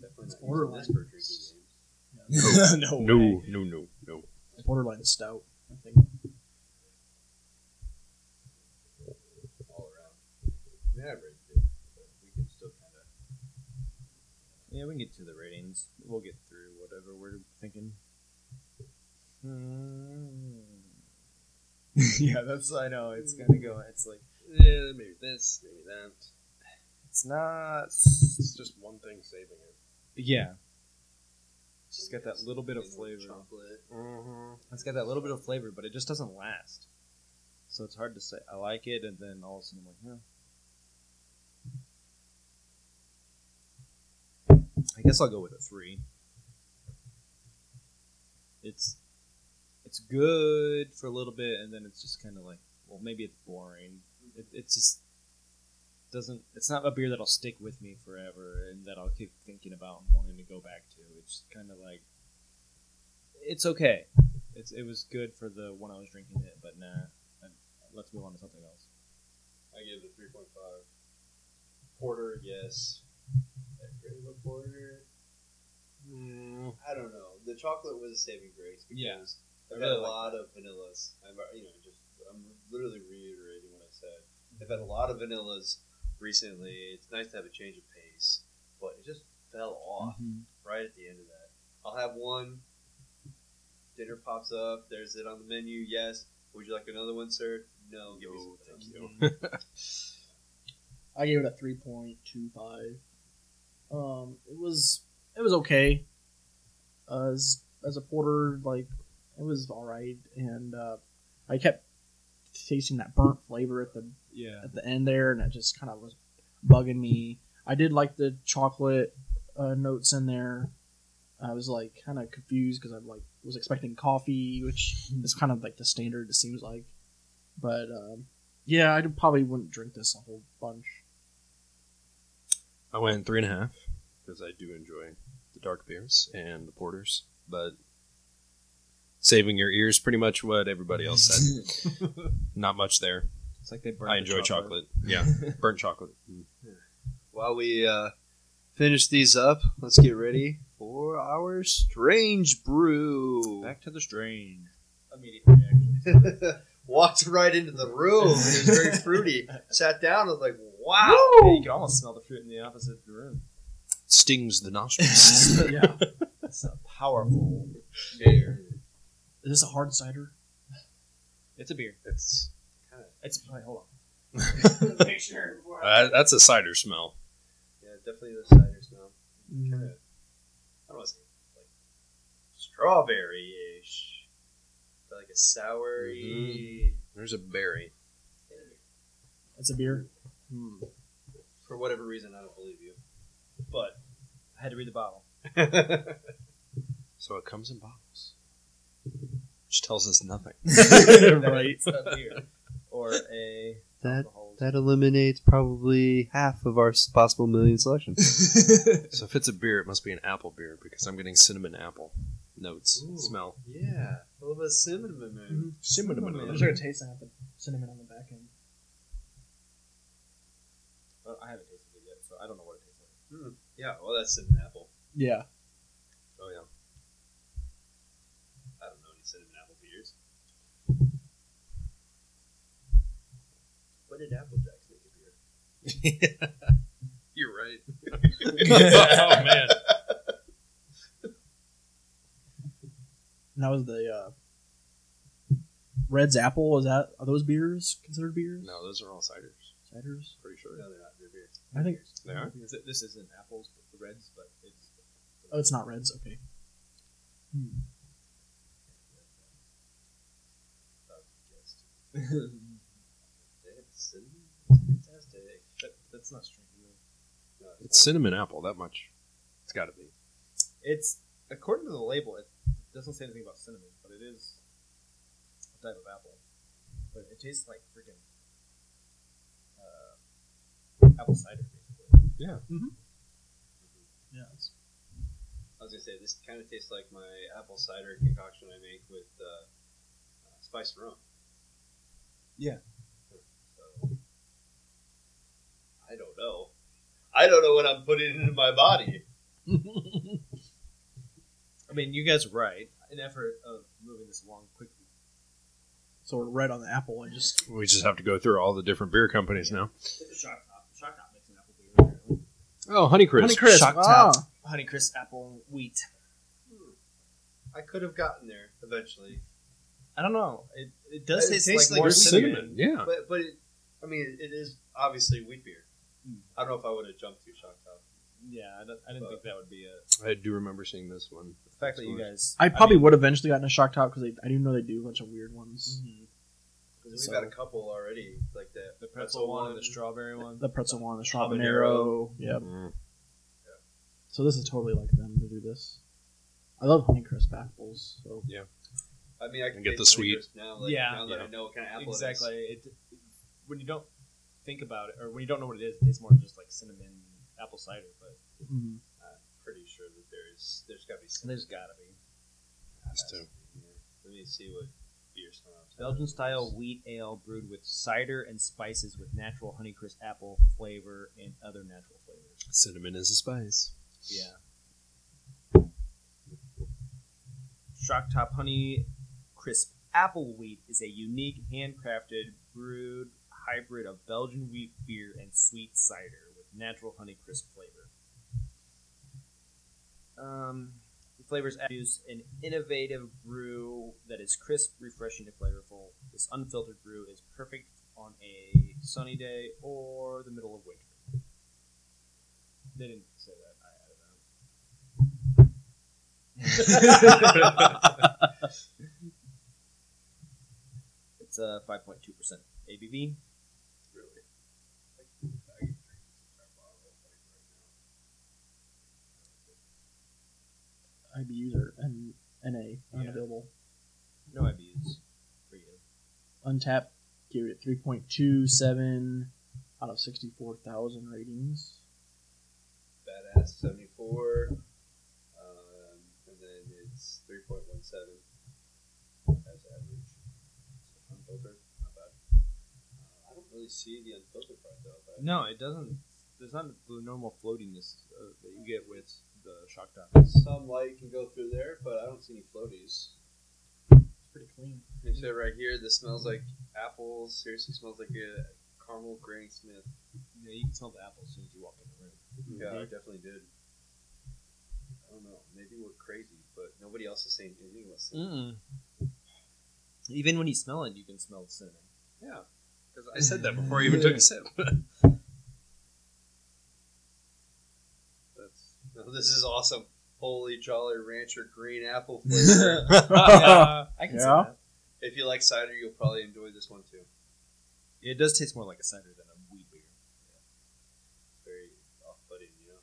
Speaker 1: Definitely
Speaker 2: It's
Speaker 1: not using this for drinking games.
Speaker 3: no. way.
Speaker 5: No, no, no, no.
Speaker 2: Borderline stout, I think.
Speaker 1: all around. I mean, I rated it, but we can still kind of.
Speaker 3: Yeah, we can get to the ratings. We'll get through whatever we're thinking. Hmm. (laughs) yeah, that's I know. It's gonna go. It's like
Speaker 5: Yeah, Eh, maybe this, maybe that.
Speaker 3: it's not.
Speaker 5: It's just one thing saving it.
Speaker 3: Yeah, it's just got that little bit of flavor.
Speaker 1: Chocolate.
Speaker 5: Mm-hmm.
Speaker 3: It's got that little bit of flavor, but it just doesn't last. So it's hard to say. I like it, and then all of a sudden I'm like, huh. I guess I'll go with a three. It's it's good for a little bit, and then it's just kind of like, well, maybe it's boring. It, it's just doesn't. It's not a beer that'll stick with me forever, and that I'll keep thinking about and wanting to go back to. It's kind of like it's okay. It's it was good for the one I was drinking it, but nah. I, let's move on to something else.
Speaker 1: I gave it a three point five. Porter, yes. That great of a porter.
Speaker 5: Mm-hmm.
Speaker 1: I don't know. The chocolate was a saving grace because
Speaker 3: Yeah.
Speaker 1: I've
Speaker 3: I
Speaker 1: had
Speaker 3: really
Speaker 1: a
Speaker 3: like
Speaker 1: lot of vanillas. I'm uh, you know just I'm literally reiterating what I said. I've had a lot of vanillas recently. It's nice to have a change of pace, but it just fell off. right at the end of that. I'll have one. Dinner pops up. There's it on the menu. Yes. Would you like another one, sir? No. Give me
Speaker 5: No,
Speaker 1: something
Speaker 5: thank
Speaker 1: else.
Speaker 5: you.
Speaker 2: I gave it a three point two five. Um, it was it was okay. Uh, as as a porter, like it was all right, and uh, I kept tasting that burnt flavor at the
Speaker 3: Yeah.
Speaker 2: at the end there, and it just kind of was bugging me. I did like the chocolate uh, notes in there. I was like kind of confused because I like was expecting coffee, which is kind of like the standard it seems like. But um, yeah, I probably wouldn't drink this a whole bunch.
Speaker 5: I went three and a half because I do enjoy the dark beers and the porters, but saving your ears pretty much what everybody
Speaker 3: (laughs)
Speaker 5: else (laughs) said. Not much there.
Speaker 7: It's like they burn.
Speaker 5: I enjoy chocolate. Yeah, (laughs) burnt chocolate. Mm.
Speaker 1: While we uh, finish these up, let's get ready for our strange brew.
Speaker 3: Back to the strain.
Speaker 7: Immediate reaction.
Speaker 1: (laughs) Walked right into the room. It was
Speaker 5: (laughs)
Speaker 1: very fruity. Sat down. I was like, wow.
Speaker 3: you can almost smell the fruit in the opposite room.
Speaker 5: Stings the (laughs)
Speaker 2: (laughs)
Speaker 5: nostrils.
Speaker 2: yeah,
Speaker 3: That's a powerful.
Speaker 2: is this a hard cider?
Speaker 7: It's a beer.
Speaker 5: it's,
Speaker 7: It's wait, hold
Speaker 5: uh, that's a cider smell.
Speaker 1: Yeah, definitely the cider smell.
Speaker 2: Mm.
Speaker 1: I don't want to say like strawberry ish, but like a sour
Speaker 5: There's a berry.
Speaker 2: It's a (laughs) beer.
Speaker 3: Hmm.
Speaker 1: For whatever reason, I don't believe you. But
Speaker 3: I had to read
Speaker 5: (laughs)
Speaker 3: the bottle.
Speaker 5: So it comes in bottles, which tells us nothing.
Speaker 3: right. It's a beer or a
Speaker 1: that
Speaker 3: alcohol.
Speaker 1: that eliminates probably half of our possible million selections.
Speaker 5: so if it's a beer, it must be an apple beer because I'm getting cinnamon apple notes.
Speaker 1: Ooh.
Speaker 5: (laughs) Smell.
Speaker 1: (laughs) yeah, a little bit of cinnamon in
Speaker 2: Mhm. There's like a taste of the cinnamon on the back end.
Speaker 3: Well, I haven't tasted it yet, so I don't know what it tastes like.
Speaker 1: there. Yeah, well, that's cinnamon apple.
Speaker 2: Yeah,
Speaker 5: Oh yeah.
Speaker 1: I don't know any cinnamon apple beers. When did Apple Jacks make a beer?
Speaker 5: You're right.
Speaker 3: oh man.
Speaker 2: and that was the uh, Red's Apple. Is that are those beers considered beers?
Speaker 5: No, those are all ciders.
Speaker 2: Ciders?
Speaker 5: Pretty sure.
Speaker 1: No, they're not. They're beer.
Speaker 2: I think.
Speaker 5: They are.
Speaker 3: Is it- this isn't apples, but the reds, but it's
Speaker 2: Oh, it's not Red's. Okay. Hmm.
Speaker 3: (laughs)
Speaker 1: They have cinnamon. It's fantastic.
Speaker 3: that, that's not strange. though.
Speaker 5: It's cinnamon apple. That much. It's got to be.
Speaker 3: It's according to the label, it doesn't say anything about cinnamon, but it is a type of apple. But it tastes like freaking uh, apple cider, basically.
Speaker 2: Yeah. it's-
Speaker 1: I was gonna say this kind of tastes like my apple cider concoction I make with uh, uh, spiced rum.
Speaker 3: Yeah.
Speaker 1: So I don't know. I don't know what I'm putting into my body.
Speaker 3: I mean, you guys are right. An effort of moving this along quickly.
Speaker 2: So we're red on the apple and just
Speaker 5: We just have to go through all the different beer companies now.
Speaker 3: It's a shock top. Shock top makes an apple beer. apparently.
Speaker 5: Oh, Honeycrisp.
Speaker 3: Shock
Speaker 2: Ah.
Speaker 3: top. Honey crisp apple wheat.
Speaker 1: I could have gotten there eventually,
Speaker 3: I don't know. It, it does
Speaker 1: It
Speaker 3: taste
Speaker 1: tastes
Speaker 3: like,
Speaker 5: Oh,
Speaker 1: like
Speaker 3: more cinnamon.
Speaker 5: cinnamon. Yeah.
Speaker 1: but but it, I mean it is obviously wheat beer.
Speaker 3: Hmm.
Speaker 1: I don't know if I would have jumped to shock top.
Speaker 3: Yeah, I, don't, I didn't think that would be a
Speaker 5: I do remember seeing this one.
Speaker 3: the fact that you guys.
Speaker 2: I probably would eventually gotten a shock top because I do know they do a bunch of weird ones.
Speaker 3: mean, mhm.
Speaker 1: We've
Speaker 3: So-
Speaker 1: got a couple already, like that
Speaker 3: the pretzel one, and the strawberry one.
Speaker 2: The pretzel one, the habanero.
Speaker 3: Habanero.
Speaker 2: Yep.
Speaker 5: Mm.
Speaker 2: So this is totally like them to do this. I love Honeycrisp apples. So
Speaker 1: I mean, I can
Speaker 5: And
Speaker 1: taste
Speaker 5: get the
Speaker 1: honey
Speaker 5: sweet.
Speaker 1: crisp now. Like,
Speaker 3: Yeah.
Speaker 1: now that
Speaker 5: Yeah.
Speaker 1: I know what kind of apple
Speaker 3: exactly. It, when you don't think about it, or when you don't know what it is, it tastes more just like cinnamon apple cider. But
Speaker 2: mm.
Speaker 1: I'm pretty sure that there's there's got to be. Some
Speaker 3: there's gotta be
Speaker 5: Has to.
Speaker 1: Let me see what beer snobs.
Speaker 7: Belgian style wheat ale brewed with cider and spices with natural Honeycrisp apple flavor and other natural flavors.
Speaker 5: Cinnamon is a spice.
Speaker 7: Yeah.
Speaker 3: Shock Top Honey Crisp Apple Wheat is a unique handcrafted brewed hybrid of Belgian wheat beer and sweet cider with natural honey crisp flavor. Um, the flavors use an innovative brew that is crisp, refreshing, and flavorful. This unfiltered brew is perfect on a sunny day or the middle of winter. They didn't say that. I added that. (laughs) It's uh, a 5.2% ABV.
Speaker 2: IBUs or N- NA unavailable.
Speaker 8: No IBUs for you.
Speaker 2: Untap gave it 3.27 out of 64,000 ratings.
Speaker 1: Badass 74. Um, and then it's 3.17 as average. So unfiltered, not bad. Uh, I don't really see the unfiltered part though. But
Speaker 8: No, it doesn't. There's not the normal floatiness uh, that you get with the shock doctors.
Speaker 1: Some light can go through there, but I don't see any floaties.
Speaker 2: It's pretty clean.
Speaker 1: You said right here, this smells like apples. Seriously, smells like a caramel Granny Smith.
Speaker 8: Yeah, you can smell the apple as soon as you walk in the room.
Speaker 1: Yeah, I definitely did. I don't know. Maybe we're crazy, but nobody else is saying anything less. than-
Speaker 3: Mm. Even when you smell it, you can smell cinnamon.
Speaker 8: (laughs)
Speaker 5: Yeah, because I said that before I even took a sip. (laughs)
Speaker 1: That's, no, this is awesome. Holy Jolly Rancher green
Speaker 5: (laughs)
Speaker 1: apple flavor.
Speaker 3: I can
Speaker 2: Yeah.
Speaker 3: smell that.
Speaker 1: if you like cider, you'll probably enjoy this one too.
Speaker 3: It does taste more like a cider than a wheat beer.
Speaker 1: Very off-putting, you know.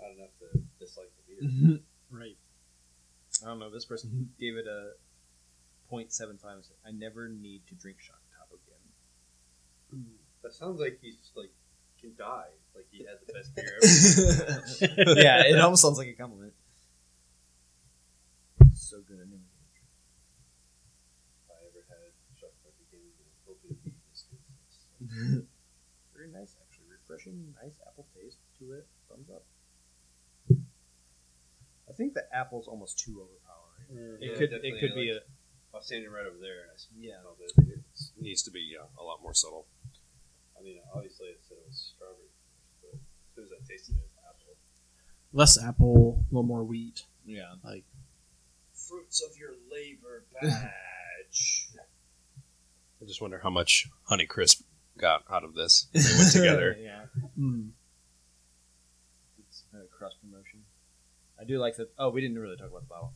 Speaker 1: Not enough to dislike the beer.
Speaker 2: Mm-hmm. Right.
Speaker 8: I don't know. This person
Speaker 1: Mm-hmm.
Speaker 3: Gave it a 0.75. and said, I never need to drink Shock Top again.
Speaker 1: (laughs) That sounds like he's like can die. Like he had the best
Speaker 5: (laughs)
Speaker 1: beer ever.
Speaker 3: yeah, it almost sounds like a compliment. So good. I never
Speaker 1: I ever had Chuck Berry again. I'm hoping to beat this dude.
Speaker 3: Very nice, actually. Refreshing, nice apple taste to it. Thumbs up. I think the apple's almost too overpowering.
Speaker 8: it
Speaker 1: Yeah,
Speaker 8: could it
Speaker 1: definitely,
Speaker 8: could be a
Speaker 1: I was standing right over there, and I smelled it. It's-
Speaker 5: Needs to be yeah, a lot more subtle.
Speaker 1: I mean, obviously, it said it was strawberry, but as soon as I tasted it, it was apple.
Speaker 2: Less apple, a little more wheat.
Speaker 3: Yeah.
Speaker 1: Fruits of your labor badge.
Speaker 5: I just wonder how much Honeycrisp got out of this. They went together.
Speaker 3: yeah.
Speaker 2: Mm.
Speaker 3: It's kind of cross promotion. I do like that. Oh, we didn't really talk about the bottle.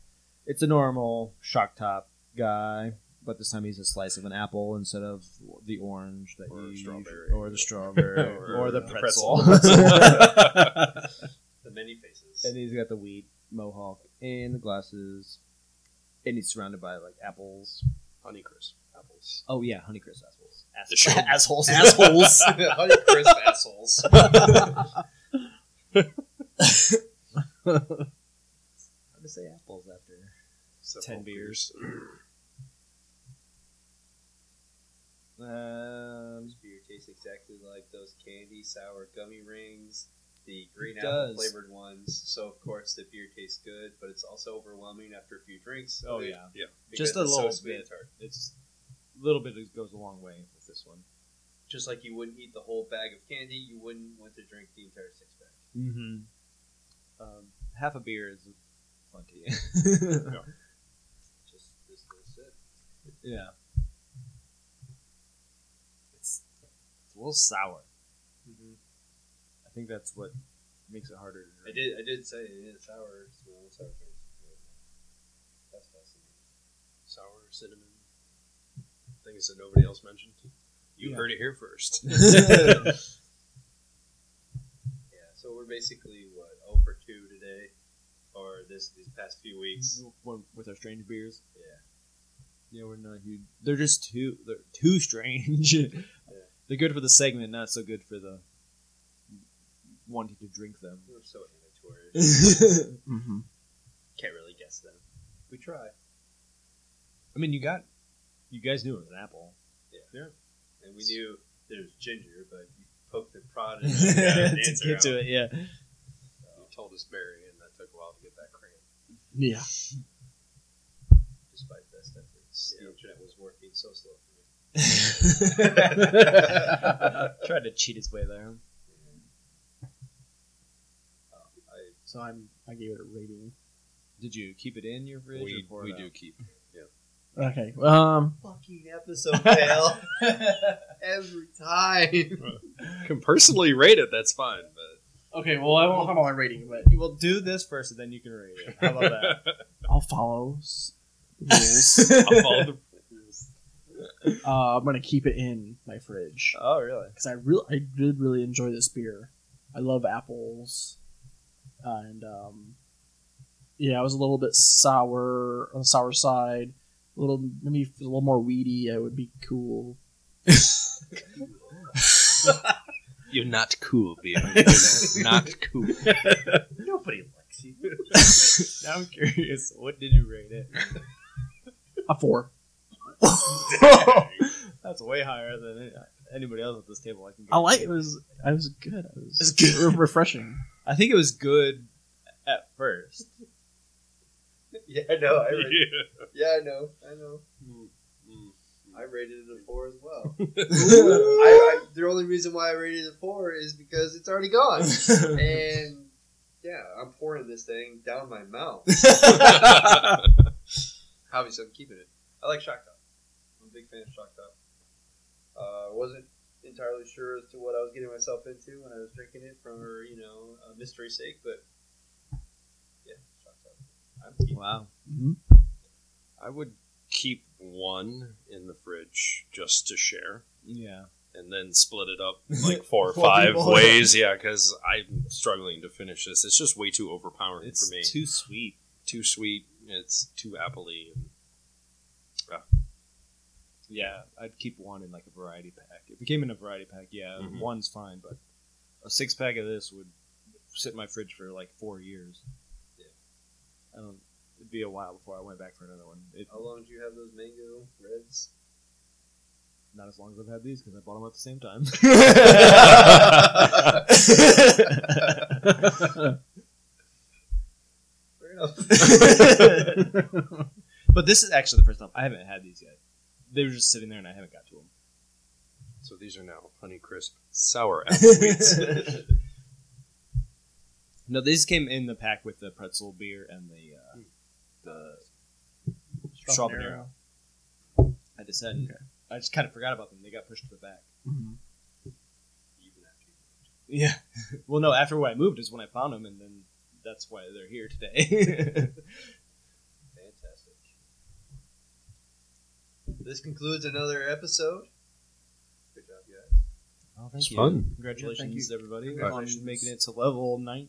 Speaker 3: It's a normal shock top guy, but this time he's a slice of an apple instead of the orange that
Speaker 5: Or
Speaker 3: you
Speaker 5: strawberry.
Speaker 3: or (laughs) the strawberry (laughs) or, the pretzel. (laughs)
Speaker 1: the many faces.
Speaker 3: and he's got the weed mohawk and the glasses, and he's surrounded by like apples.
Speaker 5: Honeycrisp
Speaker 3: (laughs)
Speaker 5: apples.
Speaker 3: Oh yeah, Honeycrisp apples.
Speaker 5: The show.
Speaker 3: (laughs) assholes. (laughs) Assholes.
Speaker 1: Honey (laughs) crisp
Speaker 3: (laughs)
Speaker 1: assholes.
Speaker 3: How to say apples after?
Speaker 5: Several
Speaker 3: Ten
Speaker 5: (clears throat)
Speaker 3: beers. Um,
Speaker 1: This beer tastes exactly like those candy sour gummy rings, the green
Speaker 3: It
Speaker 1: apple
Speaker 3: does.
Speaker 1: flavored ones. So of course the beer tastes good, but it's also overwhelming after a few drinks.
Speaker 3: Oh
Speaker 1: They-
Speaker 3: yeah,
Speaker 1: because
Speaker 3: Just a
Speaker 1: it's so
Speaker 3: little
Speaker 1: sweet and
Speaker 3: bit.
Speaker 1: tart.
Speaker 3: it's a little bit that goes a long way with this one.
Speaker 1: Just like you wouldn't eat the whole bag of candy, you wouldn't want to drink the entire six pack.
Speaker 3: Mm-hmm.
Speaker 5: Mm-hmm.
Speaker 3: Um, half a beer is plenty. (laughs)
Speaker 1: Just this little sip.
Speaker 3: yeah. It's, it's a little sour.
Speaker 5: Mm-hmm.
Speaker 3: I think that's what makes it harder. To
Speaker 1: I
Speaker 3: drink.
Speaker 1: did. I did say it is sour smell. Sour taste. That's fascinating.
Speaker 5: Sour cinnamon. Things that nobody else mentioned. You
Speaker 3: Yeah.
Speaker 5: heard it here first. (laughs)
Speaker 1: Yeah. So we're basically what oh for two today, or this these past few weeks.
Speaker 3: One- (laughs) with our strange beers.
Speaker 1: Yeah.
Speaker 3: Yeah, we're not huge. They're just too. They're too strange. (laughs) They're good for the segment, not so good for the wanting to drink them.
Speaker 1: We're so amateur.
Speaker 3: (laughs) I
Speaker 2: Mm-hmm.
Speaker 1: Can't really guess them. We try,
Speaker 3: mean, you got. You guys knew it was an (laughs) apple.
Speaker 1: and we knew there's ginger, but you poked and prodded and got an
Speaker 3: (laughs) to
Speaker 1: answer
Speaker 3: get
Speaker 1: out.
Speaker 3: to it, yeah.
Speaker 5: you told us berry, and that took a while to get that cream.
Speaker 2: Yeah.
Speaker 1: despite best efforts. The internet was working so slow for me.
Speaker 3: (laughs) Tried to cheat its way there.
Speaker 1: Oh,
Speaker 2: So I'm. I gave it a rating.
Speaker 3: Did you keep it in your fridge?
Speaker 5: We,
Speaker 3: or pour
Speaker 5: we
Speaker 3: it
Speaker 5: do
Speaker 3: out?
Speaker 5: keep.
Speaker 2: Okay. Um.
Speaker 1: Fucking episode fail (laughs) every time.
Speaker 5: Can personally rate it. That's fine, but
Speaker 2: Okay. Well, I won't talk about my rating, but
Speaker 3: Well, do this first, and then you can rate it. How about that?
Speaker 2: I'll follow s- rules.
Speaker 5: I'll (laughs) follow the
Speaker 2: uh, I'm gonna keep it in my fridge
Speaker 3: (laughs) oh, really?
Speaker 2: because I really, I did really enjoy this beer. I love apples, and um, yeah, it was a little bit sour on the sour side. A little maybe if it was a little more weedy. It would be cool.
Speaker 5: You're not cool, beer. (laughs) not cool.
Speaker 1: Nobody likes you.
Speaker 3: (laughs) Now I'm curious. What did you rate it?
Speaker 2: A four.
Speaker 3: That's way higher than any- anybody else at this table. I can.
Speaker 2: I like it was. I was good. I was,
Speaker 3: It's good.
Speaker 2: re- refreshing.
Speaker 3: I think it was good at first.
Speaker 1: (laughs) yeah, I know. I rated, yeah, I know. I know. I rated it a four as well. I, I, the only reason why I rated it a four is because it's already gone, and yeah, I'm pouring this thing down my mouth. Obviously, I'm keeping it. I like Shock Top. I'm a big fan of Shock Top. Uh, wasn't entirely sure as to what I was getting myself into when I was drinking it for you know uh, mystery's sake, but yeah, Shock Top. I'm keeping
Speaker 3: wow.
Speaker 2: Mm-hmm.
Speaker 5: I would keep one in the fridge just to share,
Speaker 3: (laughs) Yeah.
Speaker 5: and then split it up like four
Speaker 3: (laughs)
Speaker 5: or
Speaker 3: Four
Speaker 5: five
Speaker 3: people.
Speaker 5: ways. Yeah, because I'm struggling to finish this. It's just way too overpowering
Speaker 3: It's
Speaker 5: for me.
Speaker 3: too sweet.
Speaker 5: too sweet. It's too appley.
Speaker 3: Yeah, I'd keep one in like a variety pack. If it came in a variety pack, yeah,
Speaker 5: Mhm.
Speaker 3: one's fine, but a six pack of this would sit in my fridge for like four years. Yeah. I don't. It'd be a while before I went back for another one. It,
Speaker 1: How long do you have those mango reds?
Speaker 3: not as long as I've had these because I bought them at the same
Speaker 5: (laughs)
Speaker 3: time. (laughs)
Speaker 1: Fair enough.
Speaker 3: (laughs) but this is actually the first time I haven't had these yet. They were just sitting there and I haven't got to them.
Speaker 5: So these are now honey crisp sour apple wheats.
Speaker 3: No, these came in the pack with the pretzel beer and the
Speaker 5: Hmm.
Speaker 3: uh, the Strawberry. I just said I just kind of forgot about them. They got pushed to the back.
Speaker 2: Mhm.
Speaker 3: Yeah. (laughs) well, no. After when I moved is when I found them, and then that's why they're here today. (laughs)
Speaker 1: Fantastic. This concludes another episode. Good job, guys.
Speaker 3: oh,
Speaker 5: It's fun.
Speaker 3: Congratulations, everybody,
Speaker 2: Congratulations.
Speaker 3: on making it to level
Speaker 2: Level,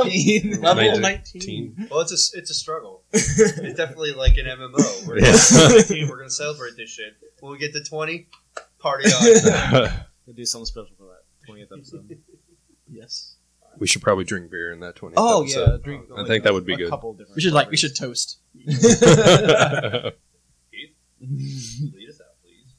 Speaker 3: 19.
Speaker 5: Amazing.
Speaker 2: 19.
Speaker 1: Well, it's a s- it's a struggle. it's definitely like an MMO. We're
Speaker 5: Yeah.
Speaker 1: gonna, we're gonna celebrate this shit. When we get to twenty, party on.
Speaker 3: We'll do something special for that 20th
Speaker 2: (laughs)
Speaker 3: episode.
Speaker 2: Yes.
Speaker 5: (laughs) we should probably drink beer in that 20th
Speaker 3: oh yeah,
Speaker 5: episode.
Speaker 3: drink.
Speaker 5: I think that would be good.
Speaker 3: Couple different
Speaker 2: We should like we should toast.
Speaker 1: Lead us out, please.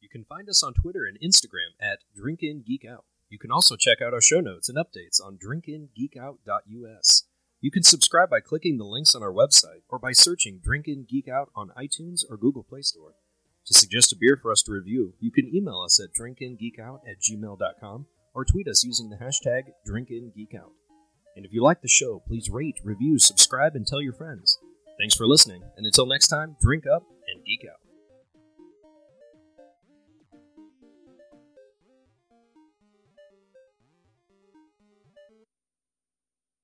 Speaker 5: You can find us on Twitter and Instagram at DrinkInGeekOut. You can also check out our show notes and updates on drinkingeekout.us. You can subscribe by clicking the links on our website or by searching Drink In Geek Out on iTunes or Google Play Store. To suggest a beer for us to review, you can email us at drinkingeekout at gmail.com or tweet us using the hashtag DrinkInGeekOut. And if you like the show, please rate, review, subscribe, and tell your friends. Thanks for listening, and until next time, drink up and geek out.